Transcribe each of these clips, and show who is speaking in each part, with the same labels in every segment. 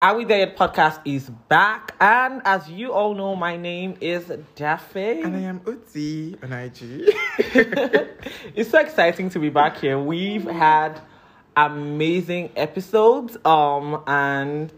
Speaker 1: Are We There Yet podcast is back. And as you all know, my name is
Speaker 2: And I
Speaker 1: Dafe.
Speaker 2: am Uti on IG.
Speaker 1: It's so exciting to be back here. We've had amazing episodes. Um, and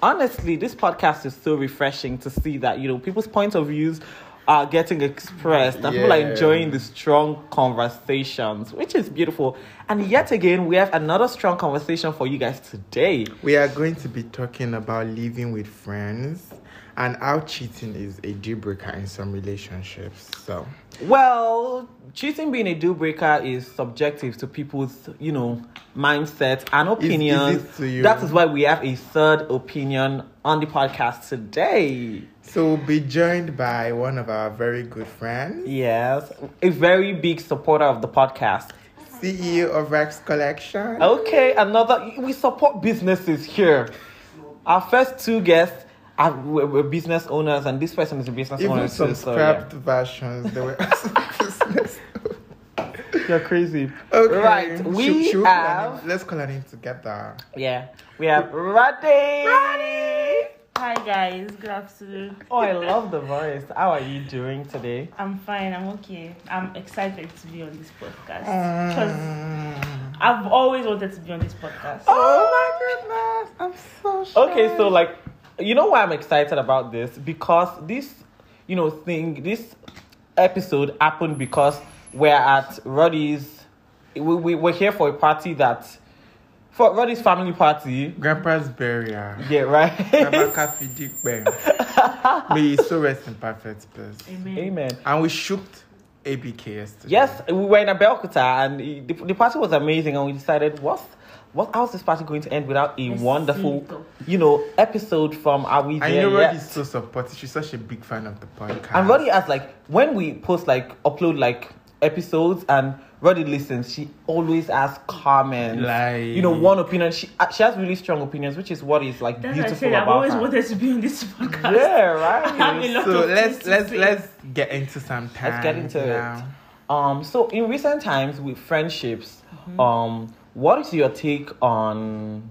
Speaker 1: honestly, this podcast is so refreshing to see that, you know, people's points of views are getting expressed and people are
Speaker 2: Yeah.
Speaker 1: enjoying the strong conversations, which is beautiful. And yet again, we have another strong conversation for you guys today.
Speaker 2: we are going to be talking about living with friends and how cheating is a deal breaker in some relationships. So,
Speaker 1: Well, cheating being a deal breaker is subjective to people's, you know, mindset and opinions.
Speaker 2: to you?
Speaker 1: That is why we have a third opinion on the podcast today.
Speaker 2: so we'll be joined by one of our very good friends,
Speaker 1: Yes, a very big supporter of the podcast.
Speaker 2: CEO E of Rex Collection.
Speaker 1: Okay, another. We support businesses here. Our first two guests are were, were business owners, and this person is a business owner
Speaker 2: Even some
Speaker 1: too. So yeah.
Speaker 2: scrapped versions, they were also business.
Speaker 1: you're crazy.
Speaker 2: Okay.
Speaker 1: Right,
Speaker 2: should-
Speaker 1: we
Speaker 2: should call her
Speaker 1: have.
Speaker 2: name? Let's call her name together.
Speaker 1: Yeah, we have Rodney.
Speaker 3: Hi guys, good afternoon.
Speaker 1: Oh, I love the voice. How are you doing today?
Speaker 3: I'm fine, I'm okay. I'm excited to be on this podcast. Because
Speaker 2: Mm.
Speaker 3: I've always wanted to be on this podcast.
Speaker 2: Oh my goodness, I'm so shy.
Speaker 1: Okay, so like, you know why I'm excited about this? Because this, you know, thing, this episode happened because we're at Roddy's. We, we we're here for a party that, for Roddy's family party.
Speaker 2: Grandpa's burial.
Speaker 1: Yeah, right.
Speaker 2: Rebecca Fidikbe. May you so rest in perfect peace.
Speaker 3: Amen.
Speaker 1: Amen.
Speaker 2: And we shooked ABK yesterday.
Speaker 1: Yes, we were in a Belkuta and it- the, the party was amazing, and we decided what's what how's this party going to end without a wonderful,
Speaker 3: Besito.
Speaker 1: you know, episode from Are We There
Speaker 2: And you know
Speaker 1: Yet?
Speaker 2: Roddy's so supportive. She's such a big fan of the podcast.
Speaker 1: And Roddy has like when we post like upload like episodes and Roddy listens, she always has comments.
Speaker 2: Like-
Speaker 1: you know, one opinion. She uh, she has really strong opinions, which is what is like
Speaker 3: That's why I
Speaker 1: beautiful
Speaker 3: said I've
Speaker 1: about
Speaker 3: always
Speaker 1: her.
Speaker 3: wanted to be on this podcast.
Speaker 1: yeah,
Speaker 3: I have a
Speaker 1: right.
Speaker 3: lot
Speaker 2: So
Speaker 3: of
Speaker 2: let's
Speaker 3: things to
Speaker 2: let's
Speaker 3: say.
Speaker 2: let's get into some time.
Speaker 1: Let's get into
Speaker 2: now.
Speaker 1: it. Um, so in recent times with friendships,
Speaker 3: Mm-hmm.
Speaker 1: um, what is your take on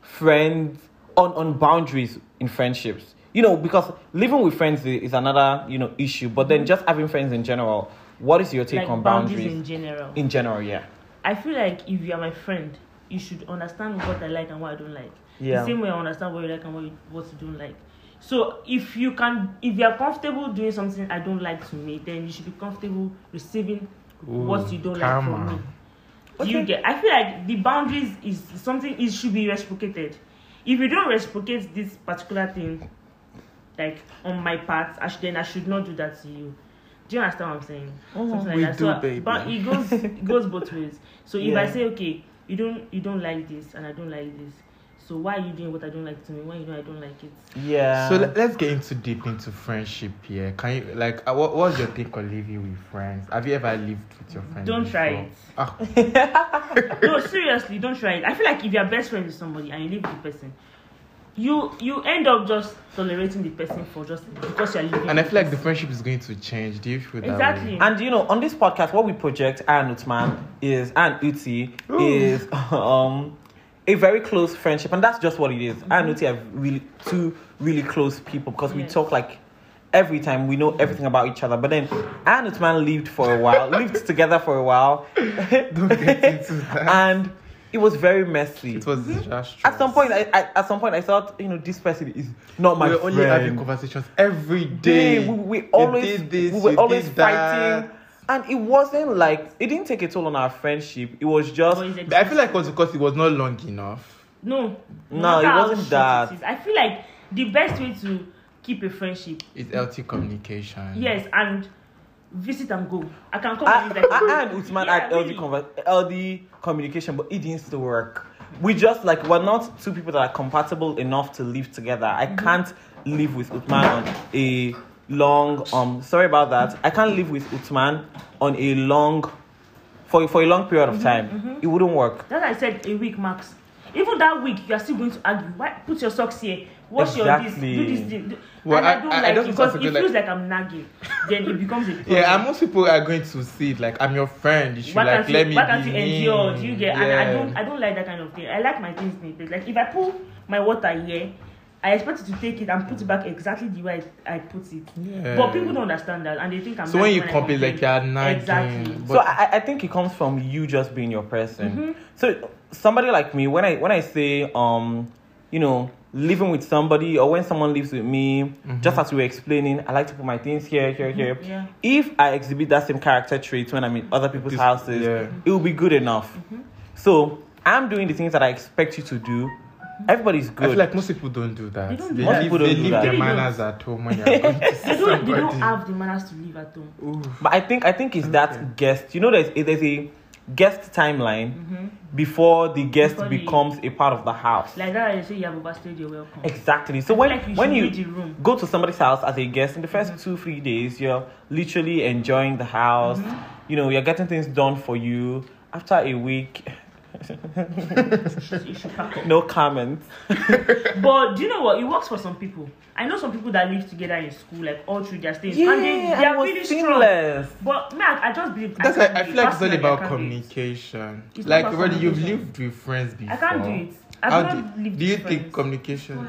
Speaker 1: friends on on boundaries in friendships? You know, because living with friends i- is another you know issue, but then just having friends in general. What is your take
Speaker 3: Mm-hmm. like
Speaker 1: on
Speaker 3: boundaries
Speaker 1: boundaries?
Speaker 3: in general.
Speaker 1: in general yeah
Speaker 3: I feel like if you are my friend, you should understand what I like and what I don't like.
Speaker 1: Yeah.
Speaker 3: The same way I understand what you like and what you, what you don't like. So if you can, if you are comfortable doing something I don't like to me, then you should be comfortable receiving what
Speaker 2: Ooh,
Speaker 3: you don't like
Speaker 2: karma.
Speaker 3: from me. Do You get. I feel like the boundaries is something it should be reciprocated. If you don't reciprocate this particular thing, like on my part, I should, then I should not do that to you. Do you understand what I'm saying? Something like
Speaker 2: We
Speaker 3: that.
Speaker 2: do,
Speaker 3: so,
Speaker 2: baby.
Speaker 3: But it goes it goes both ways. So if I
Speaker 1: Yeah.
Speaker 3: say okay, you don't you don't like this and I don't like this, so why are you doing what I don't like to me when you know I don't like it?
Speaker 1: yeah
Speaker 2: So let, let's get into deep into friendship here. Can you like uh, what what's your take on living with friends? Have you ever lived with your friends?
Speaker 3: Don't try
Speaker 2: before?
Speaker 3: it.
Speaker 2: Ah,
Speaker 3: no, seriously, don't try it. I feel like if you're best friends with somebody and you live with the person, you you end up just tolerating the person for just because you're living.
Speaker 2: and I
Speaker 3: with
Speaker 2: feel like
Speaker 3: the
Speaker 2: the friendship is going to change. Do you feel that
Speaker 3: Exactly.
Speaker 2: way?
Speaker 1: and you know on this podcast what we project Anne Utman is Anne Uti
Speaker 2: Ooh.
Speaker 1: is um a very close friendship and that's just what it is Anne Uti are really two really close people because we
Speaker 3: Yes.
Speaker 1: talk like every time we know everything about each other but then Anne Utman lived for a while lived together for a while
Speaker 2: Don't get into that.
Speaker 1: and it was very messy
Speaker 2: It was disastrous.
Speaker 1: at some point I, I at some point I thought you know this person is not my
Speaker 2: we were
Speaker 1: friend
Speaker 2: only having conversations every day.
Speaker 1: day. We, we
Speaker 2: You
Speaker 1: always
Speaker 2: did this,
Speaker 1: we were
Speaker 2: you
Speaker 1: always
Speaker 2: did that.
Speaker 1: fighting, and it wasn't like it didn't take a toll on our friendship. It was just
Speaker 3: boys
Speaker 2: But I feel like it was because it was not long enough.
Speaker 3: No.
Speaker 1: No, it
Speaker 3: matter how
Speaker 1: wasn't
Speaker 3: short
Speaker 1: that.
Speaker 3: it is, I feel like the best way to keep a friendship,
Speaker 2: It's healthy communication.
Speaker 3: yes, and visit and go. I can come
Speaker 1: I,
Speaker 3: and visit.
Speaker 1: I, I and Usman
Speaker 3: Yeah,
Speaker 1: had LD,
Speaker 3: really.
Speaker 1: conver- LD communication, but it didn't still work. We just like we're not two people that are compatible enough to live together. I
Speaker 3: Mm-hmm.
Speaker 1: can't live with Utman on a long um sorry about that. I can't live with Utman on a long for for a long period
Speaker 3: Mm-hmm,
Speaker 1: of time. It wouldn't work.
Speaker 3: That's why I said a week max. Even that week, you are still going to argue. Why put your socks here? Wash
Speaker 1: Exactly.
Speaker 3: your this. Do this. thing, Do,
Speaker 2: Well,
Speaker 3: and
Speaker 2: I-
Speaker 3: I don't
Speaker 2: I- I don't
Speaker 3: like it
Speaker 2: think
Speaker 3: because
Speaker 2: that's a
Speaker 3: it
Speaker 2: good
Speaker 3: feels like I'm nagging. then it becomes a problem.
Speaker 2: Yeah, and most people are going to see it like I'm your friend. You should
Speaker 3: why
Speaker 2: like
Speaker 3: can't
Speaker 2: let
Speaker 3: you,
Speaker 2: me
Speaker 3: why can't
Speaker 2: be
Speaker 3: you
Speaker 2: me.
Speaker 3: endure? Do you get? And I
Speaker 2: Yeah.
Speaker 3: don't, I don't like that kind of thing. I like my things neat. Like if I pull my water here. I expect you to take it and put it back exactly the way I, I put it.
Speaker 2: Yeah.
Speaker 3: But people don't understand that and they think I'm
Speaker 2: So when
Speaker 3: nagging
Speaker 2: you
Speaker 3: I
Speaker 2: complain, like you're nagging.
Speaker 3: Exactly.
Speaker 2: But- Mm-hmm.
Speaker 1: so I, I- I think it comes from you just being your person. So somebody like me, when I when I say um, you know, living with somebody or when someone lives with me,
Speaker 2: Mm-hmm.
Speaker 1: just as we were explaining, I like to put my things here, here, here.
Speaker 3: Yeah.
Speaker 1: If I exhibit that same character trait when I'm in other people's
Speaker 2: This-
Speaker 1: houses,
Speaker 2: yeah. Mm-hmm.
Speaker 1: it will be good enough. So I'm doing the things that I expect you to do. Everybody's
Speaker 2: Mm-hmm. I feel
Speaker 1: good.
Speaker 2: like most people don't do that.
Speaker 3: They don't
Speaker 2: they
Speaker 3: do
Speaker 1: that.
Speaker 2: leave,
Speaker 1: Most people
Speaker 2: they
Speaker 1: don't do
Speaker 2: leave
Speaker 1: that.
Speaker 2: their
Speaker 3: They don't.
Speaker 2: manners at home when you're going to see
Speaker 3: They don't, they don't
Speaker 2: somebody.
Speaker 3: have the manners to live at home.
Speaker 2: Oof.
Speaker 1: But I think I think it's
Speaker 2: Mm-hmm.
Speaker 1: that guest. You know, there's there's a guest timeline
Speaker 2: Mm-hmm.
Speaker 1: before the guest
Speaker 3: Before the-
Speaker 1: becomes a part of the house.
Speaker 3: Like that, I say you have overstayed your welcome.
Speaker 1: Exactly. So when
Speaker 3: like you
Speaker 1: when
Speaker 3: should
Speaker 1: you
Speaker 3: read the room.
Speaker 1: go to somebody's house as a guest in the 1st two three days, you're literally enjoying the house.
Speaker 3: Mm-hmm.
Speaker 1: You know, you're getting things done for you. After a week,
Speaker 3: You should- you should pack up.
Speaker 1: no comments.
Speaker 3: But do you know what? It works for some people. I know some people that live together in school, like all through their stages, and they, they
Speaker 1: it
Speaker 3: are
Speaker 1: was
Speaker 3: really strong.
Speaker 1: seamless.
Speaker 3: But man, I, I just believe.
Speaker 2: That's why
Speaker 3: can't
Speaker 2: I
Speaker 3: do
Speaker 2: feel like
Speaker 3: it.
Speaker 2: it's all
Speaker 3: Personally, I
Speaker 2: about
Speaker 3: can't do it.
Speaker 2: communication.
Speaker 3: It's
Speaker 2: Like
Speaker 3: about
Speaker 2: already, you've
Speaker 3: communication.
Speaker 2: lived with friends before.
Speaker 3: I can't do it. I've
Speaker 2: How
Speaker 3: not
Speaker 2: do,
Speaker 3: lived
Speaker 2: do you
Speaker 3: with
Speaker 2: think
Speaker 3: friends.
Speaker 2: communication?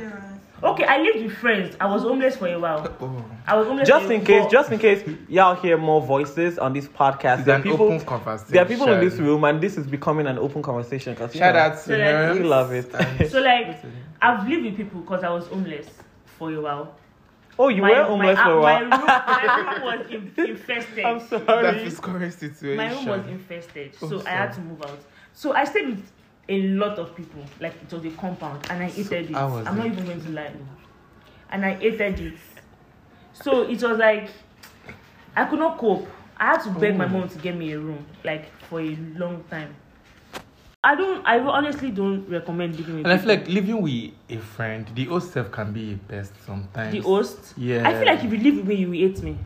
Speaker 3: Okay, I lived with friends. I was homeless for a while.
Speaker 2: Oh,
Speaker 3: I was homeless.
Speaker 1: Just
Speaker 3: for a-
Speaker 1: in case,
Speaker 3: but-
Speaker 1: just in case y'all hear more voices on this podcast,
Speaker 2: it's
Speaker 1: there are
Speaker 2: an
Speaker 1: people.
Speaker 2: open conversation.
Speaker 1: There are people in this room, and this is becoming an open conversation. Cause you
Speaker 2: Shout
Speaker 1: know,
Speaker 2: out to
Speaker 3: So like,
Speaker 2: Nerds
Speaker 1: we love it.
Speaker 2: and-
Speaker 3: So like, I've lived with people because I was homeless for a while.
Speaker 1: Oh, you were homeless
Speaker 3: my,
Speaker 1: for a
Speaker 3: my
Speaker 1: while.
Speaker 3: room, my room was in- infested.
Speaker 1: I'm
Speaker 2: That's
Speaker 1: sorry.
Speaker 2: his current situation.
Speaker 3: My room was infested, so
Speaker 2: Oh,
Speaker 3: I had to move out. So I stayed with a lot of people, like it was a compound, and I hated it.
Speaker 2: how was
Speaker 3: I'm not
Speaker 2: it?
Speaker 3: even going to lie, and I hated it. So it was like I could not cope. I had to beg
Speaker 2: Oh.
Speaker 3: my mom to get me a room, like for a long time. I don't. I honestly don't recommend living with
Speaker 2: And I feel
Speaker 3: people.
Speaker 2: like living with a friend, the old self can be a best sometimes.
Speaker 3: the host.
Speaker 2: Yeah.
Speaker 3: I feel like if you live with me, you will hate me.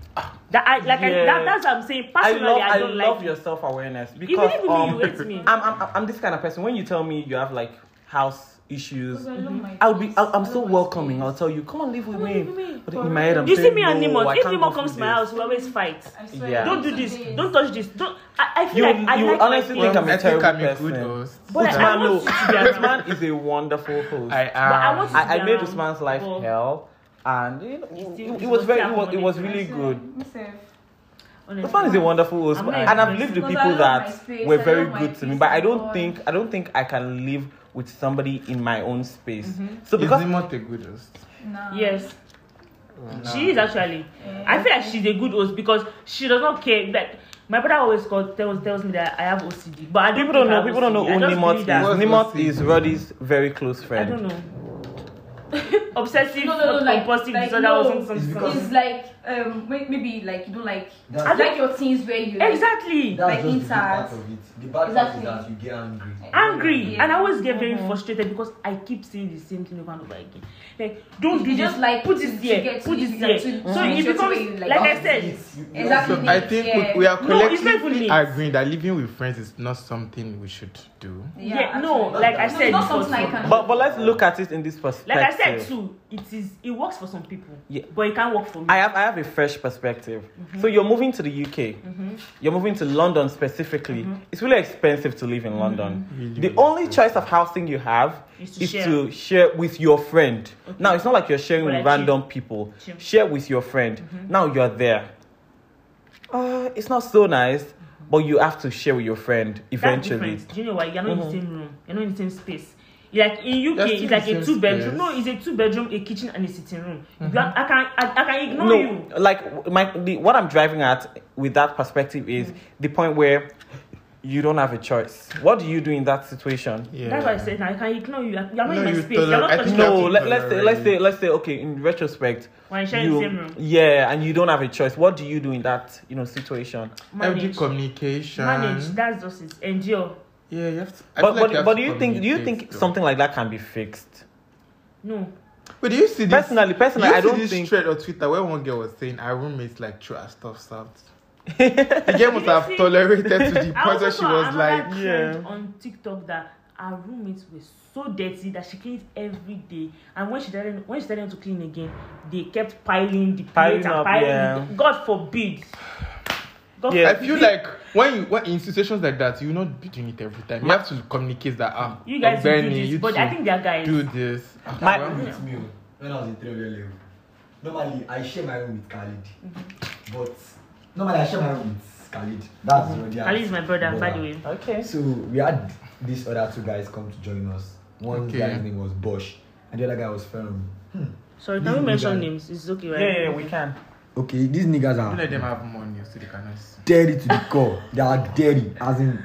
Speaker 3: That I like. I,
Speaker 1: Yeah.
Speaker 3: that, that's what I'm saying.
Speaker 1: I
Speaker 3: Personally, I,
Speaker 1: love, I,
Speaker 3: don't like.
Speaker 1: love
Speaker 3: it.
Speaker 1: your self awareness
Speaker 3: If you
Speaker 1: because
Speaker 3: live with
Speaker 1: um,
Speaker 3: me, you hate me.
Speaker 1: I'm, I'm, I'm this kind of person. When you tell me you have like house issues,
Speaker 4: I love my
Speaker 1: Mm-hmm. I'll be, I'll, I'm
Speaker 4: kids. I
Speaker 1: so
Speaker 4: love my
Speaker 1: welcoming. I'll tell you, come and live with
Speaker 4: Come and
Speaker 1: me.
Speaker 4: live with me.
Speaker 1: But in my head, I'm
Speaker 3: You see
Speaker 1: saying,
Speaker 3: me and
Speaker 1: no,
Speaker 3: Nimon.
Speaker 1: I
Speaker 3: If
Speaker 1: can't
Speaker 3: Nimon
Speaker 1: go
Speaker 3: comes to
Speaker 1: through
Speaker 3: my
Speaker 1: this.
Speaker 3: house, we always fight.
Speaker 4: I swear,
Speaker 1: Yeah.
Speaker 3: Don't do this.
Speaker 4: Sometimes.
Speaker 3: Don't touch this. Don't. I, I feel
Speaker 1: You-
Speaker 3: like I
Speaker 1: you
Speaker 3: like
Speaker 1: honestly
Speaker 3: my
Speaker 1: think
Speaker 3: things,
Speaker 1: I'm a
Speaker 2: I think I'm
Speaker 1: terrible
Speaker 2: a good
Speaker 1: person.
Speaker 2: host.
Speaker 3: but like, I
Speaker 1: Usman,
Speaker 3: want
Speaker 1: no.
Speaker 3: you to be around.
Speaker 1: Usman is a wonderful host.
Speaker 2: I
Speaker 1: I,
Speaker 2: am.
Speaker 3: I want to-
Speaker 1: I, made
Speaker 3: Yeah.
Speaker 1: Usman's life
Speaker 3: Well,
Speaker 1: hell, and you know,
Speaker 3: still-
Speaker 1: it,
Speaker 3: he
Speaker 1: it was
Speaker 3: was
Speaker 1: very,
Speaker 3: still
Speaker 1: it was, it was
Speaker 3: accommodating.
Speaker 1: really good.
Speaker 3: Honestly.
Speaker 1: Usman is a wonderful host,
Speaker 3: I'm
Speaker 1: but-
Speaker 3: not
Speaker 1: and I've
Speaker 3: impressed.
Speaker 1: lived with
Speaker 4: Because I
Speaker 1: people
Speaker 4: love
Speaker 1: that
Speaker 4: my space,
Speaker 1: were
Speaker 4: I
Speaker 1: very
Speaker 4: love my
Speaker 1: good to me.
Speaker 4: peace
Speaker 1: But I
Speaker 4: and
Speaker 1: don't
Speaker 4: God.
Speaker 1: think, I don't think I can live with somebody in my own space.
Speaker 4: Mm-hmm.
Speaker 1: So
Speaker 2: Is
Speaker 1: because
Speaker 2: Nimot a good host?
Speaker 4: Nah.
Speaker 3: Yes,
Speaker 2: No.
Speaker 3: she is actually. I feel like she's a good host because she does not care. Like my brother always calls, tells tells me that I have OCD, but I don't
Speaker 1: People don't
Speaker 3: think I
Speaker 1: know.
Speaker 3: have
Speaker 1: People don't know
Speaker 3: OCD. I
Speaker 1: who
Speaker 3: just
Speaker 1: Nimot
Speaker 3: believe
Speaker 1: is.
Speaker 3: that-
Speaker 2: What's
Speaker 1: Nimot
Speaker 2: OCD?
Speaker 1: is Roddy's very close
Speaker 3: I
Speaker 1: friend.
Speaker 3: don't know. Obsessive,
Speaker 4: No, no, no, like,
Speaker 3: compulsive
Speaker 4: like,
Speaker 3: disorder
Speaker 4: no.
Speaker 3: or something.
Speaker 5: It's because-
Speaker 4: It's like um may- maybe like you don't like
Speaker 5: That's-
Speaker 4: I like your things where you like,
Speaker 3: Exactly.
Speaker 4: Like
Speaker 5: That's just the good
Speaker 4: inside.
Speaker 5: part of it. The bad
Speaker 4: Exactly.
Speaker 5: part is that you get angry.
Speaker 3: Angry,
Speaker 4: Yeah.
Speaker 3: and I always get very
Speaker 4: Uh-huh.
Speaker 3: frustrated because I keep saying the same thing over and over again. Like, don't do
Speaker 4: You
Speaker 3: this.
Speaker 4: just like
Speaker 3: put
Speaker 4: to-
Speaker 3: it
Speaker 4: to
Speaker 3: there.
Speaker 4: get to
Speaker 3: Put
Speaker 4: this,
Speaker 3: it
Speaker 4: like,
Speaker 3: there.
Speaker 4: to-
Speaker 3: So
Speaker 4: to
Speaker 3: it
Speaker 4: make sure the way
Speaker 3: becomes
Speaker 4: you like
Speaker 3: like I
Speaker 5: That's
Speaker 3: said.
Speaker 5: it. You- you
Speaker 4: Exactly.
Speaker 5: also-
Speaker 2: So I think
Speaker 4: Yeah.
Speaker 2: we, we are
Speaker 3: No, it's not even
Speaker 2: collectively
Speaker 3: linked.
Speaker 2: agreeing that living with friends is not something we should do.
Speaker 3: Yeah, no,
Speaker 4: absolutely.
Speaker 3: like I
Speaker 4: No,
Speaker 3: said
Speaker 4: it's not
Speaker 3: before,
Speaker 4: something I
Speaker 3: so-
Speaker 4: can
Speaker 1: But but let's look at it in this perspective.
Speaker 3: Like I said too, it is it works for some people,
Speaker 1: Yeah.
Speaker 3: but it can't work for me.
Speaker 1: I have I have a fresh perspective.
Speaker 3: Mm-hmm.
Speaker 1: So you're moving to the UK. You're moving to London specifically.
Speaker 3: Mm-hmm.
Speaker 1: It's really expensive to live in London.
Speaker 2: Really
Speaker 1: the only choice of housing you have
Speaker 3: Is Mm-hmm. to
Speaker 1: is
Speaker 3: share.
Speaker 1: to share with your friend. Now it's not like you're sharing
Speaker 3: Well, Mm-hmm.
Speaker 1: with
Speaker 3: I cheat.
Speaker 1: random people.
Speaker 3: Cheat.
Speaker 1: Share with your friend. Now you're there. Uh, it's not so nice, but you have to share with your friend
Speaker 3: Mm-hmm. That's
Speaker 1: eventually.
Speaker 3: different. Do you know why? You're not in the same room. You're not in the same space. Like in
Speaker 2: Mm-hmm.
Speaker 3: UK,
Speaker 2: That's
Speaker 3: it's
Speaker 2: still
Speaker 3: like
Speaker 2: the
Speaker 3: a
Speaker 2: same
Speaker 3: two bedroom.
Speaker 2: space. Mm-hmm.
Speaker 3: No, it's a two bedroom, a kitchen, and a sitting room. You are- I can I, I can ignore you.
Speaker 1: like my the, what I'm driving at with that perspective is
Speaker 3: Mm.
Speaker 1: the point where you don't have a choice. What do you do in that situation?
Speaker 2: Yeah.
Speaker 3: That's why I said now I can ignore you. You're not
Speaker 2: No,
Speaker 3: in my
Speaker 2: you
Speaker 3: space. You're
Speaker 2: tolerate-
Speaker 3: not
Speaker 2: I
Speaker 3: touching
Speaker 2: think
Speaker 3: no.
Speaker 1: No,
Speaker 2: That's
Speaker 1: let, let's say, let's say
Speaker 2: intolerant.
Speaker 1: let's say okay. In retrospect,
Speaker 3: When I share in the same
Speaker 1: you
Speaker 3: room.
Speaker 1: yeah, and you don't have a choice. What do you do in that you know situation?
Speaker 2: Healthy
Speaker 3: Manage.
Speaker 2: communication.
Speaker 3: Manage. That's just it. Endure.
Speaker 2: Yeah, you have to. I
Speaker 1: but
Speaker 2: feel like
Speaker 1: but,
Speaker 2: you have
Speaker 1: but
Speaker 2: to
Speaker 1: do you think do you
Speaker 2: communicate
Speaker 1: think
Speaker 2: though.
Speaker 1: something like that can be fixed?
Speaker 3: No.
Speaker 2: But do you see this?
Speaker 1: Personally,
Speaker 2: do
Speaker 1: personally,
Speaker 2: you
Speaker 1: I
Speaker 2: see
Speaker 1: don't
Speaker 2: this
Speaker 1: think.
Speaker 2: thread on Twitter where one girl was saying our roommates like threw her stuff out. the girl must
Speaker 3: you
Speaker 2: have
Speaker 3: see-
Speaker 2: tolerated to the
Speaker 3: I
Speaker 2: point
Speaker 3: also
Speaker 2: where she
Speaker 3: saw
Speaker 2: was
Speaker 3: another
Speaker 2: like,
Speaker 3: trend
Speaker 1: yeah.
Speaker 3: on TikTok that our roommates were so dirty that she cleaned every day, and when she didn't, when she started to clean again, they kept piling the plates
Speaker 1: Piling
Speaker 3: and
Speaker 1: up,
Speaker 3: piling.
Speaker 1: yeah.
Speaker 3: God forbid. God
Speaker 1: Yeah.
Speaker 2: I
Speaker 3: forbid.
Speaker 2: feel like when you when in situations like that, you're not doing it every time. You
Speaker 1: My-
Speaker 2: have to communicate that ah,
Speaker 3: you guys should do
Speaker 2: Benny,
Speaker 3: this,
Speaker 2: you
Speaker 3: but
Speaker 2: two
Speaker 3: I think they are guys.
Speaker 2: do this. Ah,
Speaker 1: My-
Speaker 2: well,
Speaker 5: with me oh, when I was in three year level. Normally, I share my room with Khalid.
Speaker 3: Mm-hmm.
Speaker 5: But normally, I share my room with Khalid. That's mm Rodia's
Speaker 3: Khalid is my brother, by the way.
Speaker 1: Okay.
Speaker 5: So we had these other two guys come to join us. One
Speaker 2: Okay.
Speaker 5: guy's name was Bosch, and the other guy was Ferrum.
Speaker 3: Sorry, can
Speaker 5: This
Speaker 3: we
Speaker 5: is
Speaker 3: mention
Speaker 5: guy.
Speaker 3: names? It's okay,
Speaker 1: Yeah,
Speaker 3: right?
Speaker 1: yeah, we can.
Speaker 5: Okay, these niggas
Speaker 2: Don't
Speaker 5: are
Speaker 2: let them have money so they cannot see.
Speaker 5: dirty to the core. They are dirty, as in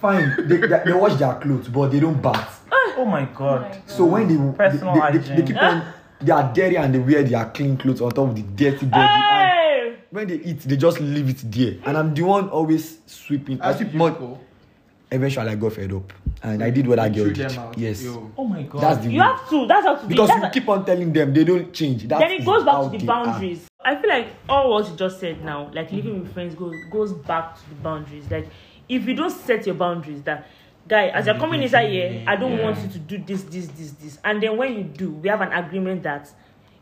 Speaker 5: fine. They, they, they wash their clothes, but they don't bath.
Speaker 1: Oh my god.
Speaker 4: Like,
Speaker 5: So when they they,
Speaker 1: Personal
Speaker 5: they, they, they
Speaker 1: hygiene.
Speaker 5: keep on, they are dirty and they wear their clean clothes on top of the dirty body. and
Speaker 3: Hey!
Speaker 5: when they eat, they just leave it there. And I'm the one always sweeping. I
Speaker 2: As
Speaker 5: sweep
Speaker 2: you
Speaker 5: mud.
Speaker 2: go,
Speaker 5: Eventually, I got fed up, and I did what I
Speaker 2: you
Speaker 5: girl
Speaker 2: chew
Speaker 5: did.
Speaker 2: them out.
Speaker 5: Yes,
Speaker 2: Yo.
Speaker 1: Oh my god.
Speaker 5: that's the
Speaker 3: You
Speaker 5: way.
Speaker 3: have to. That's how to
Speaker 5: because
Speaker 3: be.
Speaker 5: we
Speaker 3: That's
Speaker 5: keep on telling them they don't change. That
Speaker 3: then it
Speaker 5: is
Speaker 3: goes back to
Speaker 5: how
Speaker 3: the
Speaker 5: they are.
Speaker 3: boundaries. I feel like all what you just said now, like living with friends, goes goes back to the boundaries. Like if you don't set your boundaries, that guy, as you're coming inside here, I don't
Speaker 2: Yeah.
Speaker 3: want you to do this, this, this, this, and then when you do, we have an agreement that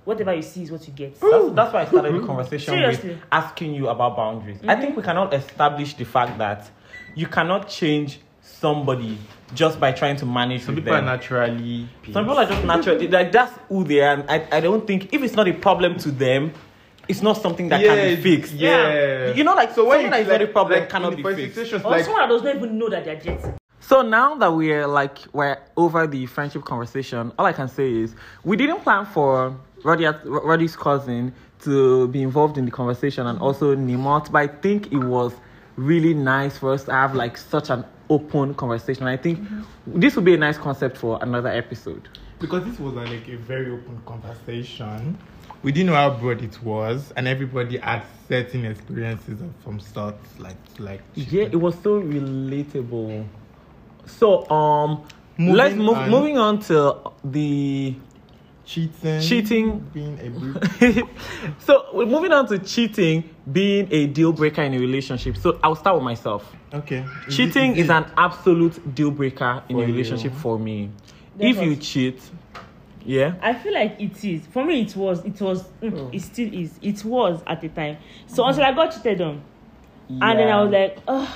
Speaker 3: whatever you see is what you get.
Speaker 1: That's, that's why I started the conversation with
Speaker 3: Seriously.
Speaker 1: asking you about boundaries. I think we cannot establish the fact that you cannot change somebody just by trying to manage
Speaker 2: Some
Speaker 1: with
Speaker 2: people are
Speaker 1: them.
Speaker 2: naturally.
Speaker 1: Some people are just natural. they- Like that's who they are. And I, I don't think if it's not a problem to them, it's not something that can be fixed.
Speaker 2: Yeah.
Speaker 1: You know, like so something that is not a problem
Speaker 2: in
Speaker 1: cannot be
Speaker 2: first
Speaker 1: fixed.
Speaker 2: situations,
Speaker 3: Or
Speaker 2: like,
Speaker 3: someone that does not even know that they're jetting.
Speaker 1: So now that we're like we're over the friendship conversation, all I can say is we didn't plan for Roddy, Roddy's cousin to be involved in the conversation and also Nimot, but I think it was really nice for us to have like such an open conversation. I think this would be a nice concept for another episode.
Speaker 2: because this was uh, like a very open conversation. We didn't know how broad it was, and everybody had certain experiences of some sorts, like like.
Speaker 1: Yeah, it was so relatable. So um,
Speaker 2: Moving
Speaker 1: let's move
Speaker 2: on.
Speaker 1: moving on to the
Speaker 2: cheating,
Speaker 1: Cheating.
Speaker 2: being a bru-
Speaker 1: so we're moving on to cheating being a deal breaker in a relationship. So I'll start with myself.
Speaker 2: okay. Is
Speaker 1: cheating
Speaker 2: it-
Speaker 1: is, an absolute deal breaker in
Speaker 2: For
Speaker 1: a
Speaker 2: you.
Speaker 1: relationship for me.
Speaker 3: Yes,
Speaker 1: if you
Speaker 3: yes.
Speaker 1: cheat, yeah.
Speaker 3: I feel like it is. For me, it was. It was. mm,
Speaker 5: Oh.
Speaker 3: It still is. It was at the time. So until I got cheated on, and then I was like, Ugh,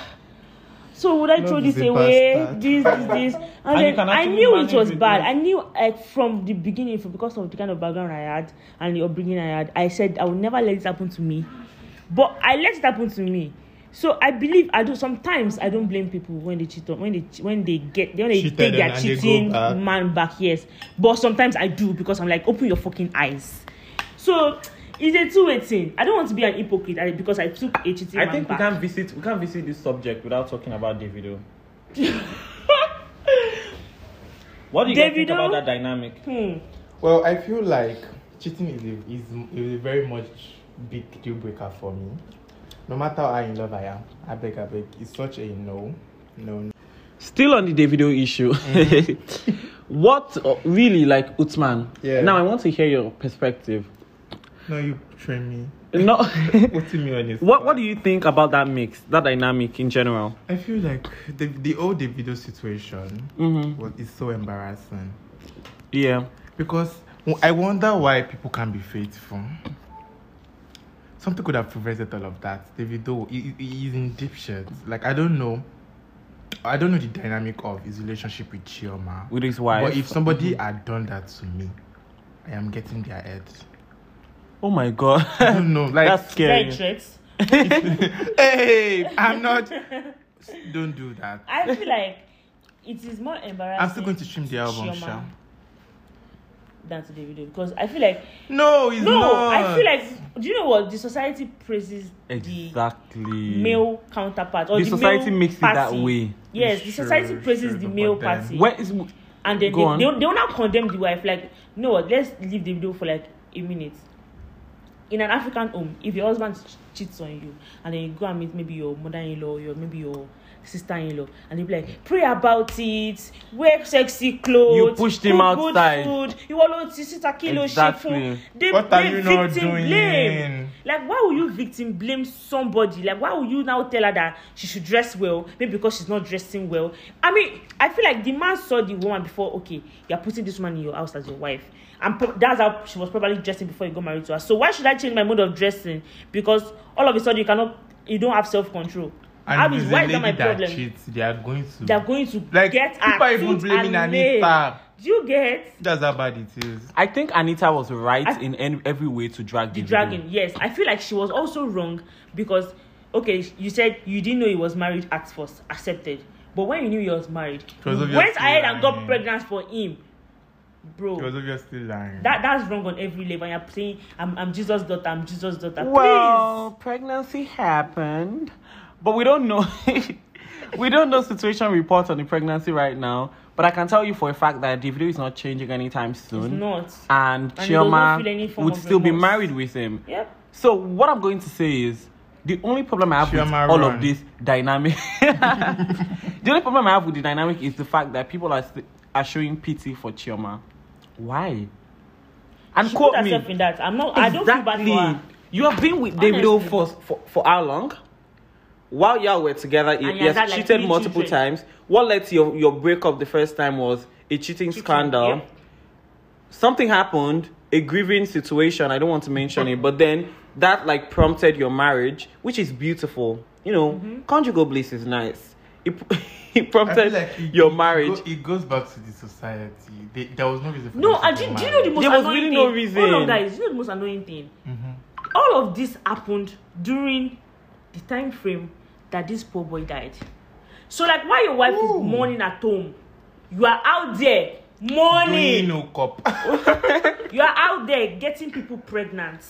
Speaker 3: so would I
Speaker 2: Love
Speaker 3: throw
Speaker 2: is
Speaker 3: this
Speaker 2: a
Speaker 3: away?
Speaker 2: bastard.
Speaker 3: This, this, this. And,
Speaker 1: you
Speaker 3: then
Speaker 1: can
Speaker 3: I
Speaker 1: actually
Speaker 3: knew it
Speaker 1: manage
Speaker 3: was
Speaker 1: with
Speaker 3: bad.
Speaker 1: it.
Speaker 3: I knew like from the beginning, for, because of the kind of background I had and the upbringing I had, I said I would never let it happen to me. But I let it happen to me. So I believe I do. Sometimes I don't blame people when they cheat on when they che- when they get when they
Speaker 2: Cheated
Speaker 3: take
Speaker 2: and-
Speaker 3: their
Speaker 2: and they go
Speaker 3: cheating
Speaker 2: back.
Speaker 3: man back. Yes, but sometimes I do because I'm like, open your fucking eyes. So it's a two-way thing. I don't want to be an hypocrite I, because I took a cheating
Speaker 1: I
Speaker 3: man
Speaker 1: think we
Speaker 3: back.
Speaker 1: can visit we can visit this subject without talking about Davido. what do you guys think
Speaker 3: Davido?
Speaker 1: about that dynamic?
Speaker 3: Hmm.
Speaker 2: Well, I feel like cheating is a, is, is a very much big deal breaker for me. No matter how in love I am, I beg, I beg, it's such a no, no, no.
Speaker 1: Still on the Davido issue. Mm. what uh, really like Utman?
Speaker 2: Yeah.
Speaker 1: Now I want to hear your perspective.
Speaker 2: No, you betray me.
Speaker 1: No.
Speaker 2: Putting me on this.
Speaker 1: What What do you think about that mix, that dynamic in general?
Speaker 2: I feel like the the old Davido situation
Speaker 3: Mm-hmm.
Speaker 1: Mhm.
Speaker 2: was is so embarrassing
Speaker 1: Yeah.
Speaker 2: because w- I wonder why people can be faithful. Something could have prevented all of that. Davido he, he- he is in deep shit. Like I don't know, I don't know the dynamic of his relationship with Chioma.
Speaker 1: With Mm-hmm. his wife.
Speaker 2: But if somebody had done that to me, I am getting their head.
Speaker 1: oh my god.
Speaker 2: I don't know. Like
Speaker 1: That's
Speaker 3: Very
Speaker 1: scary.
Speaker 3: threats.
Speaker 2: hey, I'm not. Don't do that.
Speaker 3: I feel like it is more embarrassing.
Speaker 2: I'm still going to stream the album,
Speaker 3: Chioma
Speaker 2: Sha.
Speaker 3: Than to Davido because I feel like
Speaker 2: No, it's
Speaker 3: no,
Speaker 2: not.
Speaker 3: I feel like do you know what the society praises the
Speaker 1: Exactly.
Speaker 3: male counterpart or
Speaker 1: The
Speaker 3: the,
Speaker 1: society
Speaker 3: male
Speaker 1: makes it that
Speaker 3: party.
Speaker 1: way.
Speaker 3: Yes, the
Speaker 2: Sure,
Speaker 3: society praises
Speaker 2: sure,
Speaker 3: the
Speaker 2: but
Speaker 3: male
Speaker 2: then-
Speaker 3: party.
Speaker 1: Where is?
Speaker 3: and then
Speaker 1: Go
Speaker 3: they,
Speaker 1: on.
Speaker 3: they, they will now condemn the wife like no let's leave the video for like a minute in an african home if your husband ch- cheats on you and then you go and meet maybe your mother-in-law or your maybe your sister-in-law and they be like pray about it wear sexy clothes
Speaker 1: pushed him
Speaker 3: cook good
Speaker 1: outside.
Speaker 3: food you all know sita kilo
Speaker 1: Exactly.
Speaker 3: shekun they
Speaker 2: What
Speaker 3: they
Speaker 2: are you not
Speaker 3: victim
Speaker 2: doing?
Speaker 3: blame like why will you victim blame somebody like why will you now tell her that she should dress well maybe because she's not dressing well i mean i feel like the man saw the woman before okay you're putting this woman in your house as your wife and pro- that's how she was probably dressing before you got married to her so why should i change my mode of dressing because all of a sudden you cannot you don't have self control.
Speaker 2: And
Speaker 3: How
Speaker 2: if
Speaker 3: is
Speaker 2: it's
Speaker 3: why
Speaker 2: a
Speaker 3: is that my
Speaker 2: lady that
Speaker 3: problem?
Speaker 2: cheats, they are going to.
Speaker 3: They're going to
Speaker 2: Like,
Speaker 3: get
Speaker 2: people are
Speaker 3: her
Speaker 2: even
Speaker 3: tooth
Speaker 2: blaming
Speaker 3: and
Speaker 2: Anita.
Speaker 3: nail. Do you get
Speaker 2: That's how bad it is.
Speaker 1: I think Anita was right
Speaker 3: I-
Speaker 1: in en- every way to drag
Speaker 3: the
Speaker 1: Davido.
Speaker 3: dragon? Yes, I feel like she was also wrong because okay, you said you didn't know he was married at first, accepted. But when you knew he was married,
Speaker 2: was
Speaker 3: you
Speaker 2: obvious
Speaker 3: went
Speaker 2: to
Speaker 3: ahead
Speaker 2: you,
Speaker 3: and got
Speaker 2: Ryan.
Speaker 3: pregnant for him, bro.
Speaker 2: She was obviously lying.
Speaker 3: That that's wrong on every level. You're playing. I'm I'm Jesus' daughter. I'm Jesus' daughter.
Speaker 1: Well, pregnancy happened, but we don't know. we don't know situation reports on the pregnancy right now. But I can tell you for a fact that Davido is not changing anytime
Speaker 3: Please, it's
Speaker 1: soon.
Speaker 3: not.
Speaker 1: And
Speaker 3: he does not feel any
Speaker 1: Chioma
Speaker 3: form
Speaker 1: would
Speaker 3: of
Speaker 1: still be
Speaker 3: remorse.
Speaker 1: married with him.
Speaker 3: Yep.
Speaker 1: So what I'm going to say is the only problem I have with
Speaker 2: Chioma,
Speaker 1: all
Speaker 2: run.
Speaker 1: of this dynamic, the only problem I have with the dynamic is the fact that people are st- are showing pity for Chioma. Why? And
Speaker 3: She put
Speaker 1: quote me.
Speaker 3: herself in that. I'm not. I don't feel bad for her.
Speaker 1: You have been with Davido
Speaker 3: Honestly.
Speaker 1: for, for for how long? While y'all were together, he,
Speaker 3: And
Speaker 1: he
Speaker 3: he
Speaker 1: has
Speaker 3: has had, like,
Speaker 1: cheated
Speaker 3: three
Speaker 1: multiple
Speaker 3: children.
Speaker 1: times. What led to your, your breakup the first time was a cheating, scandal.
Speaker 3: yep.
Speaker 1: Something happened, a grieving situation. I don't want to mention it, but then that like prompted your marriage, which is beautiful. You know,
Speaker 3: Mm-hmm.
Speaker 1: conjugal bliss is nice. It, it
Speaker 2: I feel
Speaker 1: prompted
Speaker 2: like it-
Speaker 1: your
Speaker 2: it
Speaker 1: marriage.
Speaker 2: go- It goes back to the society. They, there was no reason for them
Speaker 3: No,
Speaker 2: to
Speaker 3: and
Speaker 2: get
Speaker 3: do, do you know
Speaker 2: married.
Speaker 3: the most
Speaker 1: There was
Speaker 3: annoying
Speaker 1: really
Speaker 3: thing?
Speaker 1: no reason.
Speaker 3: Hold on, guys. You know the most annoying thing?
Speaker 2: Mm-hmm.
Speaker 3: All of this happened during the time frame that this poor boy died. So, like, while your wife is mourning at home, you are out there mourning.
Speaker 2: Doing no
Speaker 3: Oh,
Speaker 2: cup.
Speaker 3: You are out there getting people pregnant.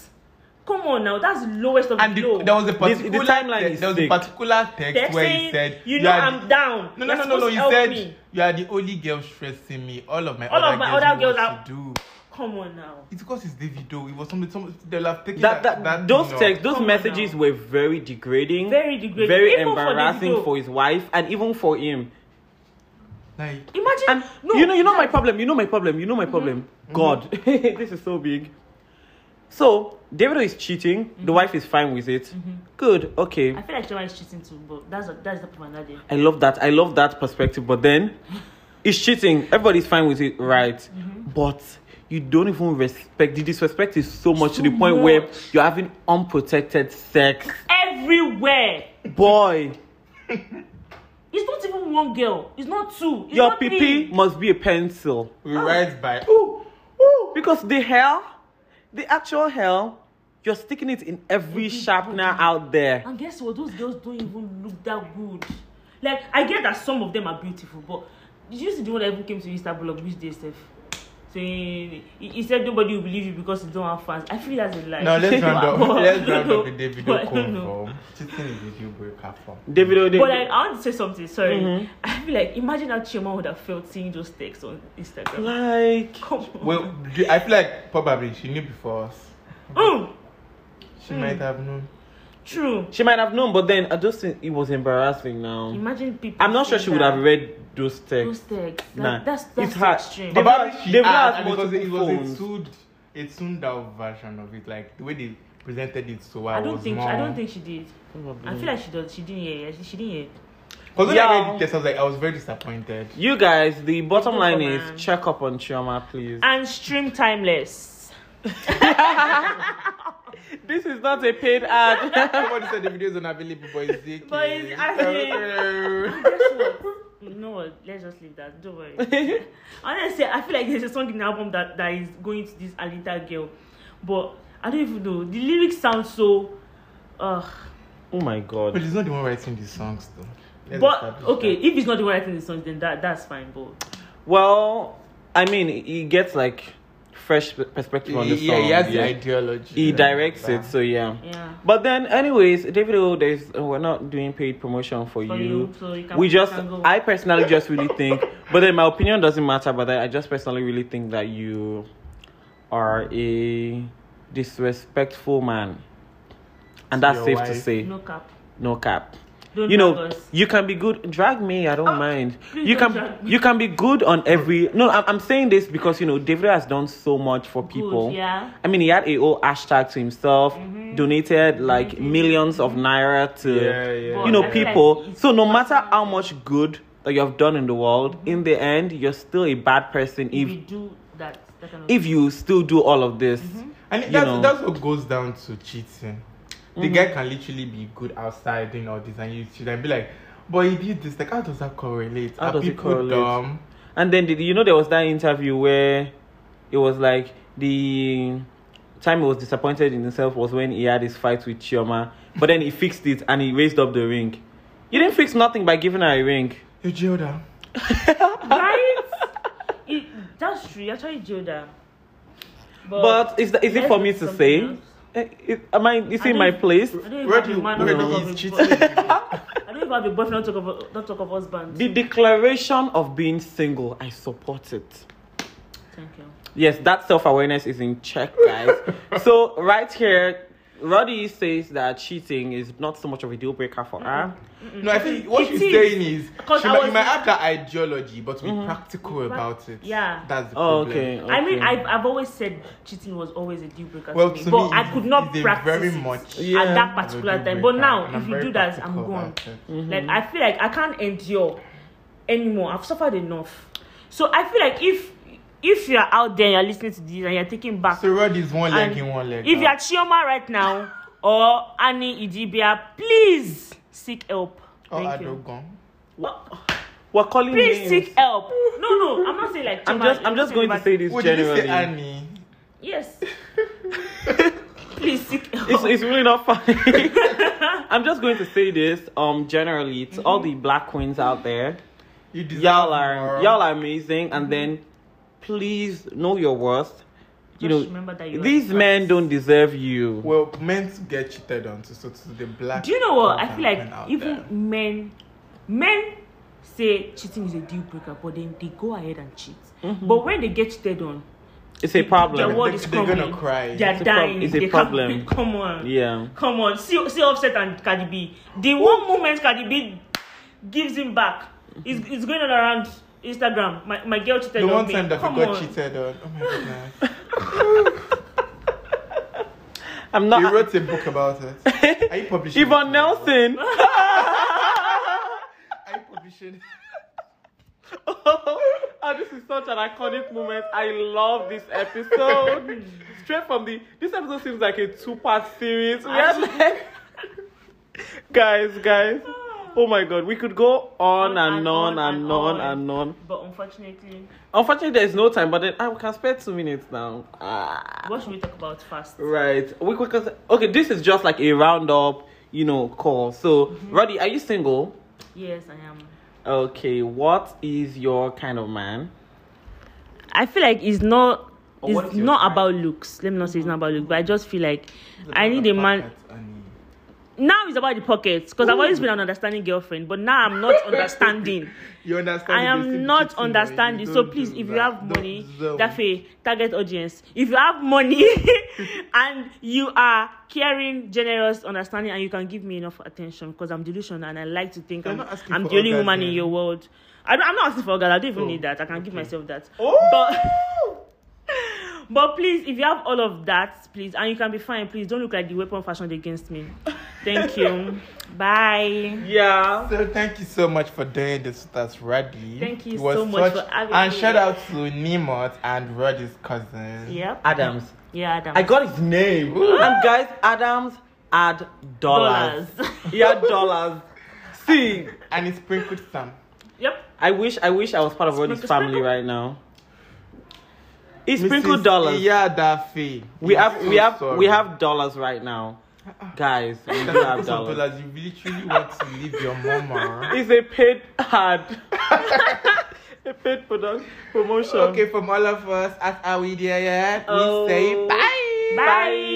Speaker 3: Come on now, that's the lowest of
Speaker 2: and
Speaker 3: the
Speaker 2: the,
Speaker 3: low.
Speaker 2: there was a particular
Speaker 1: timeline
Speaker 2: te-
Speaker 1: is
Speaker 2: there was a
Speaker 1: thick.
Speaker 2: particular text
Speaker 3: They're
Speaker 2: where
Speaker 3: saying,
Speaker 2: he said
Speaker 3: "You know
Speaker 2: are
Speaker 3: I'm down.
Speaker 2: No, no,
Speaker 3: You're
Speaker 2: no, no, no.
Speaker 3: supposed to
Speaker 2: He
Speaker 3: help
Speaker 2: said
Speaker 3: me."
Speaker 2: you are the only girl stressing me. All of my
Speaker 3: All
Speaker 2: other
Speaker 3: of my
Speaker 2: girls,
Speaker 3: other
Speaker 2: know
Speaker 3: girls
Speaker 2: what to do.
Speaker 3: Come on now.
Speaker 2: It's because it's Davido. It was something. Some, they'll have taken
Speaker 1: that,
Speaker 2: that.
Speaker 1: that,
Speaker 2: that
Speaker 1: those
Speaker 2: thing off.
Speaker 1: texts, those
Speaker 3: Come on
Speaker 1: messages
Speaker 3: now.
Speaker 1: were very degrading,
Speaker 3: Very degrading.
Speaker 1: very
Speaker 3: Even for
Speaker 1: embarrassing
Speaker 3: Davido.
Speaker 1: for, his wife, and even for him.
Speaker 2: Like
Speaker 3: Imagine,
Speaker 1: And
Speaker 3: no, Mm-hmm.
Speaker 1: you know, you know my problem. You know my problem. You know my problem. God, this is so big. So David is cheating. The wife is fine with it. Good. Okay.
Speaker 3: Mm-hmm. I feel like Shema is cheating too, but that's that's the point another day.
Speaker 1: I love that. I love that perspective. But then, it's cheating. Everybody's fine with it, right?
Speaker 3: Mm-hmm.
Speaker 1: But you don't even respect. The disrespect is so much to the
Speaker 3: So
Speaker 1: point where
Speaker 3: much.
Speaker 1: you're having unprotected sex.
Speaker 3: Everywhere.
Speaker 1: Boy.
Speaker 3: It's not even one girl. It's not two. It's
Speaker 1: Your
Speaker 3: not
Speaker 1: PP
Speaker 3: three.
Speaker 1: must be a pencil.
Speaker 2: we
Speaker 3: Oh.
Speaker 2: ride by.
Speaker 1: Ooh, ooh, because the hell, the actual hell, you're sticking it in every sharpener out there.
Speaker 3: And guess what? Those girls don't even look that good. Like I get that some of them are beautiful, but did you see the one that even came to Insta blog which day, Steph? Saying he, he said nobody will believe you because you don't have fans. I feel that's a lie.
Speaker 2: Now let's round up.
Speaker 3: But-
Speaker 2: let's round up
Speaker 3: but-
Speaker 2: with Davido
Speaker 3: but I
Speaker 2: come
Speaker 3: don't know.
Speaker 2: from. Cheating is a deal breaker for.
Speaker 1: Davido, Davido.
Speaker 3: But like, I want to say something. Sorry,
Speaker 1: Mm-hmm.
Speaker 3: I feel like imagine how Chima would have felt seeing those texts on Instagram.
Speaker 1: like,
Speaker 3: Come on.
Speaker 2: Well, do- I feel like probably she knew before us.
Speaker 3: Mm,
Speaker 2: She
Speaker 3: Hmm.
Speaker 2: might have known.
Speaker 3: true.
Speaker 1: she might have known, but then I just think it was embarrassing. Now,
Speaker 3: Imagine people.
Speaker 1: I'm not sure
Speaker 3: saying
Speaker 1: she would
Speaker 3: that.
Speaker 1: have read those
Speaker 3: those
Speaker 1: texts.
Speaker 3: texts. Like,
Speaker 1: Nah,
Speaker 3: that's
Speaker 1: it's
Speaker 3: that's so
Speaker 1: hard.
Speaker 3: extreme.
Speaker 1: They-
Speaker 2: Probably
Speaker 1: had-
Speaker 2: she
Speaker 1: they've
Speaker 2: had,
Speaker 1: had
Speaker 2: and because it
Speaker 1: multiple
Speaker 2: was a
Speaker 1: phones.
Speaker 2: tuned, a tuned out version of it, like the way they presented it. So I,
Speaker 3: I don't
Speaker 2: was
Speaker 3: think
Speaker 2: more.
Speaker 3: I don't think she did. I
Speaker 1: Probably.
Speaker 3: feel like she does. She didn't hear. She, she didn't hear.
Speaker 2: Because when I
Speaker 1: Yeah.
Speaker 2: read the test, I was like, I was very disappointed.
Speaker 1: You guys, the bottom
Speaker 3: Come
Speaker 1: line
Speaker 3: on,
Speaker 1: is
Speaker 3: man.
Speaker 1: check up on Chioma, please.
Speaker 3: And stream timeless.
Speaker 1: This is not a paid ad.
Speaker 2: Somebody said the video is unavailable, but it's AK.
Speaker 3: But it's actually- Guess what? No, what? let's just leave that. Don't worry. Honestly, I feel like there's a song in the album that, that is going to this Alita girl, but I don't even know. The lyrics sound so. Ugh.
Speaker 1: oh my god.
Speaker 2: But it's not the one writing the songs, though. Let's
Speaker 3: But
Speaker 2: establish
Speaker 3: okay,
Speaker 2: that.
Speaker 3: if it's not the one writing the songs, then that that's fine. But
Speaker 1: Well, I mean, he gets like fresh perspective on the
Speaker 2: yeah,
Speaker 1: song.
Speaker 2: he has
Speaker 1: yeah.
Speaker 2: the ideology.
Speaker 1: he
Speaker 2: and
Speaker 1: directs
Speaker 2: all
Speaker 1: it, so yeah.
Speaker 3: yeah.
Speaker 1: But then, anyways, David O, there's we're not doing paid promotion for,
Speaker 3: For
Speaker 1: you.
Speaker 3: you, so you can-
Speaker 1: we
Speaker 3: you
Speaker 1: just,
Speaker 3: can go.
Speaker 1: I personally just really think, but then my opinion doesn't matter. But I, I just personally really think that you are a disrespectful man, and that's
Speaker 2: Your
Speaker 1: safe to
Speaker 2: wife.
Speaker 1: say, no,
Speaker 3: No cap.
Speaker 1: cap.
Speaker 3: Don't
Speaker 1: You know,
Speaker 3: drag us.
Speaker 1: you can be good. Drag me, I don't mind.
Speaker 3: Ah, please
Speaker 1: You
Speaker 3: don't
Speaker 1: can,
Speaker 3: drag me.
Speaker 1: you can be good on every. No, I'm, I'm saying this because you know David has done so much for people.
Speaker 3: Good, yeah.
Speaker 1: I mean, he had a whole hashtag to himself, donated like millions of naira to,
Speaker 2: Yeah, yeah,
Speaker 1: you know,
Speaker 2: yeah.
Speaker 1: people.
Speaker 3: Like, it's
Speaker 1: so no matter
Speaker 3: personal.
Speaker 1: how much good that you have done in the world, in the end, you're still a bad person
Speaker 3: If
Speaker 1: if
Speaker 3: we do that, that kind of
Speaker 1: if you still do all of this.
Speaker 2: And
Speaker 1: You
Speaker 2: that's,
Speaker 1: know. Mm-hmm.
Speaker 2: that's what goes down to cheating. The guy can literally be good outside doing all this, and you should and be like, "But he did this. Like, how does that correlate?
Speaker 1: How
Speaker 2: Are
Speaker 1: does it
Speaker 2: people
Speaker 1: correlate?
Speaker 2: dumb?
Speaker 1: And then did you know there was that interview where it was like the time he was disappointed in himself was when he had his fight with Chioma, but then he fixed it and he raised up the ring. You didn't fix nothing by giving her a ring.
Speaker 2: You jailed her.
Speaker 3: right? it, that's true. You actually jailed her.
Speaker 1: But is, that, is it
Speaker 3: let's
Speaker 1: for me
Speaker 3: do
Speaker 1: to
Speaker 3: something
Speaker 1: say?
Speaker 3: else.
Speaker 1: Eh, It, am I? Is it
Speaker 3: I
Speaker 1: in my
Speaker 3: don't-
Speaker 1: place?
Speaker 3: I don't even
Speaker 2: Where
Speaker 3: have
Speaker 2: do
Speaker 3: a
Speaker 2: you
Speaker 3: man,
Speaker 2: where
Speaker 3: don't
Speaker 2: do
Speaker 3: have
Speaker 2: you
Speaker 3: a
Speaker 2: cheat?
Speaker 3: boyfriend. I don't even have a boyfriend, don't talk of, don't talk of husband.
Speaker 1: The declaration of being single, I support it.
Speaker 3: Thank you.
Speaker 1: Yes, that self awareness is in check, guys. so right here, Roddy says that cheating is not so much of a deal breaker for her.
Speaker 2: No, I think what
Speaker 3: Mm-hmm. It
Speaker 2: she's
Speaker 3: is.
Speaker 2: saying is,
Speaker 3: Because
Speaker 2: she
Speaker 3: I
Speaker 2: might, you
Speaker 3: was-
Speaker 2: might have that ideology, but be practical
Speaker 3: Pra-
Speaker 2: about it.
Speaker 3: Yeah.
Speaker 2: that's the
Speaker 1: Mm-hmm. Oh,
Speaker 2: problem.
Speaker 1: okay, okay.
Speaker 3: I mean, I've, I've always said cheating was always a deal breaker
Speaker 2: Well,
Speaker 3: to me,
Speaker 2: to
Speaker 3: but
Speaker 2: me,
Speaker 3: I could not
Speaker 2: it's a
Speaker 3: practice
Speaker 2: very
Speaker 3: it
Speaker 2: much-
Speaker 1: Yeah.
Speaker 3: at that
Speaker 2: As a
Speaker 3: particular
Speaker 2: deal
Speaker 3: time. But
Speaker 2: breaker,
Speaker 3: now,
Speaker 2: and
Speaker 3: if
Speaker 2: I'm
Speaker 3: you
Speaker 2: very
Speaker 3: do that, I'm
Speaker 2: practical
Speaker 3: gone.
Speaker 2: about it.
Speaker 1: Mm-hmm.
Speaker 3: Like I feel like I can't endure anymore. I've suffered enough. So I feel like if if you're out there, and you're listening to this, and you're taking back.
Speaker 2: So Rod is one leg
Speaker 3: and
Speaker 2: in one leg.
Speaker 3: If you're
Speaker 2: out.
Speaker 3: Chioma right now or Annie Idibia, please seek help.
Speaker 2: oh,
Speaker 3: Thank you.
Speaker 2: Adogon.
Speaker 3: Well,
Speaker 1: We're calling
Speaker 3: Please
Speaker 1: names.
Speaker 3: seek help. No, no, I'm not saying like.
Speaker 1: I'm
Speaker 3: Chioma,
Speaker 1: just I'm just going to
Speaker 3: about-
Speaker 1: say this
Speaker 2: Would you
Speaker 1: generally.
Speaker 2: say Annie?
Speaker 3: Yes. please seek help.
Speaker 1: it's, it's really not funny. I'm just going to say this um generally to all the black queens out there.
Speaker 2: You deserve
Speaker 1: Y'all are
Speaker 2: more.
Speaker 1: y'all are amazing and then please know your worth. You
Speaker 3: Just
Speaker 1: know
Speaker 3: remember that you are
Speaker 1: these
Speaker 3: the
Speaker 1: men
Speaker 3: prize.
Speaker 1: don't deserve you.
Speaker 2: Well, men to get cheated on, to, so to the black.
Speaker 3: Do you know what? I
Speaker 2: content
Speaker 3: feel
Speaker 2: men out
Speaker 3: like even
Speaker 2: there.
Speaker 3: men, men say cheating is a deal breaker, but then they go ahead and cheat. But when they get cheated on,
Speaker 1: Mm-hmm. it's a
Speaker 3: The
Speaker 1: problem.
Speaker 3: world
Speaker 2: They-
Speaker 3: is
Speaker 2: they're
Speaker 3: crumbling.
Speaker 2: gonna cry.
Speaker 3: They're
Speaker 1: It's a prob-
Speaker 3: dying.
Speaker 1: it's a
Speaker 3: They can't-
Speaker 1: problem.
Speaker 3: Come on.
Speaker 1: Yeah.
Speaker 3: Come on. See, see Offset and Cardi B. The one moment Cardi B gives him back, it's, it's going on around Instagram. My, my girl cheated
Speaker 2: The
Speaker 3: on
Speaker 2: one
Speaker 3: me.
Speaker 2: time that
Speaker 3: Come
Speaker 2: we got
Speaker 3: on.
Speaker 2: cheated on. Oh my goodness.
Speaker 1: I'm not
Speaker 2: he wrote a book about it. Are you publishing?
Speaker 1: Yvonne
Speaker 2: it?
Speaker 1: Nelson.
Speaker 2: Are you publishing? it?
Speaker 1: oh, this is such an iconic moment. I love this episode. Straight from the this episode seems like a two part series. We are like, guys, guys.
Speaker 3: Ah.
Speaker 1: Oh my god, we could go on and on and on and on.
Speaker 3: But unfortunately,
Speaker 1: Unfortunately, there's no time, but then I can spare two minutes now. Ah.
Speaker 3: what should we talk about first?
Speaker 1: Right. We could cons- okay. This is just like a roundup, you know, call. So, Roddy, are you single?
Speaker 3: Yes, I am.
Speaker 1: Okay. What is your kind of man?
Speaker 3: I feel like it's not.
Speaker 1: Or what
Speaker 3: it's
Speaker 1: is your
Speaker 3: not
Speaker 1: type?
Speaker 3: about looks. Let me not say it's not about looks, but I just feel like I need a man.
Speaker 2: Pocket Annie.
Speaker 3: Now it's about the pockets because I've always been an understanding girlfriend, but now I'm not understanding.
Speaker 2: You understand?
Speaker 3: I
Speaker 2: it, they still
Speaker 3: am not
Speaker 2: cheating on you.
Speaker 3: understanding. So
Speaker 2: Don't
Speaker 3: please,
Speaker 2: do
Speaker 3: if you
Speaker 2: that.
Speaker 3: have
Speaker 2: Don't
Speaker 3: money,
Speaker 2: deserve
Speaker 3: that's a target audience. If you have money and you are caring, generous, understanding, and you can give me enough attention because I'm delusional and I like to think
Speaker 2: You're
Speaker 3: I'm,
Speaker 2: not asking
Speaker 3: I'm
Speaker 2: for
Speaker 3: the only woman
Speaker 2: orgasm.
Speaker 3: in your world. I don't, I'm not asking for a girl. I don't even
Speaker 2: Oh,
Speaker 3: need that. I can give myself that.
Speaker 1: Oh!
Speaker 3: But but please, if you have all of that, please, and you can be fine. Please don't look like the weapon fashioned against me. Thank you. Bye.
Speaker 1: Yeah.
Speaker 2: So thank you so much for doing this with us, Roddy.
Speaker 3: Thank you
Speaker 2: It was
Speaker 3: so much
Speaker 2: such-
Speaker 3: for having
Speaker 2: And
Speaker 3: me.
Speaker 2: shout out to Nimot and Roddy's cousin.
Speaker 3: Yep.
Speaker 1: Adams.
Speaker 3: Yeah, Adam.
Speaker 1: I got his name. and guys, Adams had dollars. he had dollars. See,
Speaker 2: And he sprinkled some.
Speaker 3: yep.
Speaker 1: I wish, I wish I was part of all this
Speaker 3: Sprinkle,
Speaker 1: family
Speaker 3: sprinkle.
Speaker 1: right now. He sprinkled dollars.
Speaker 2: Yeah, Oh, that fee.
Speaker 1: We have, we have, we have dollars right now, guys. We do have dollars.
Speaker 2: dollars. You literally want to leave your mama.
Speaker 1: It's a paid ad. a paid product promotion.
Speaker 2: okay, from all of us at Awidia, yet, we
Speaker 1: Oh.
Speaker 2: say bye.
Speaker 3: Bye.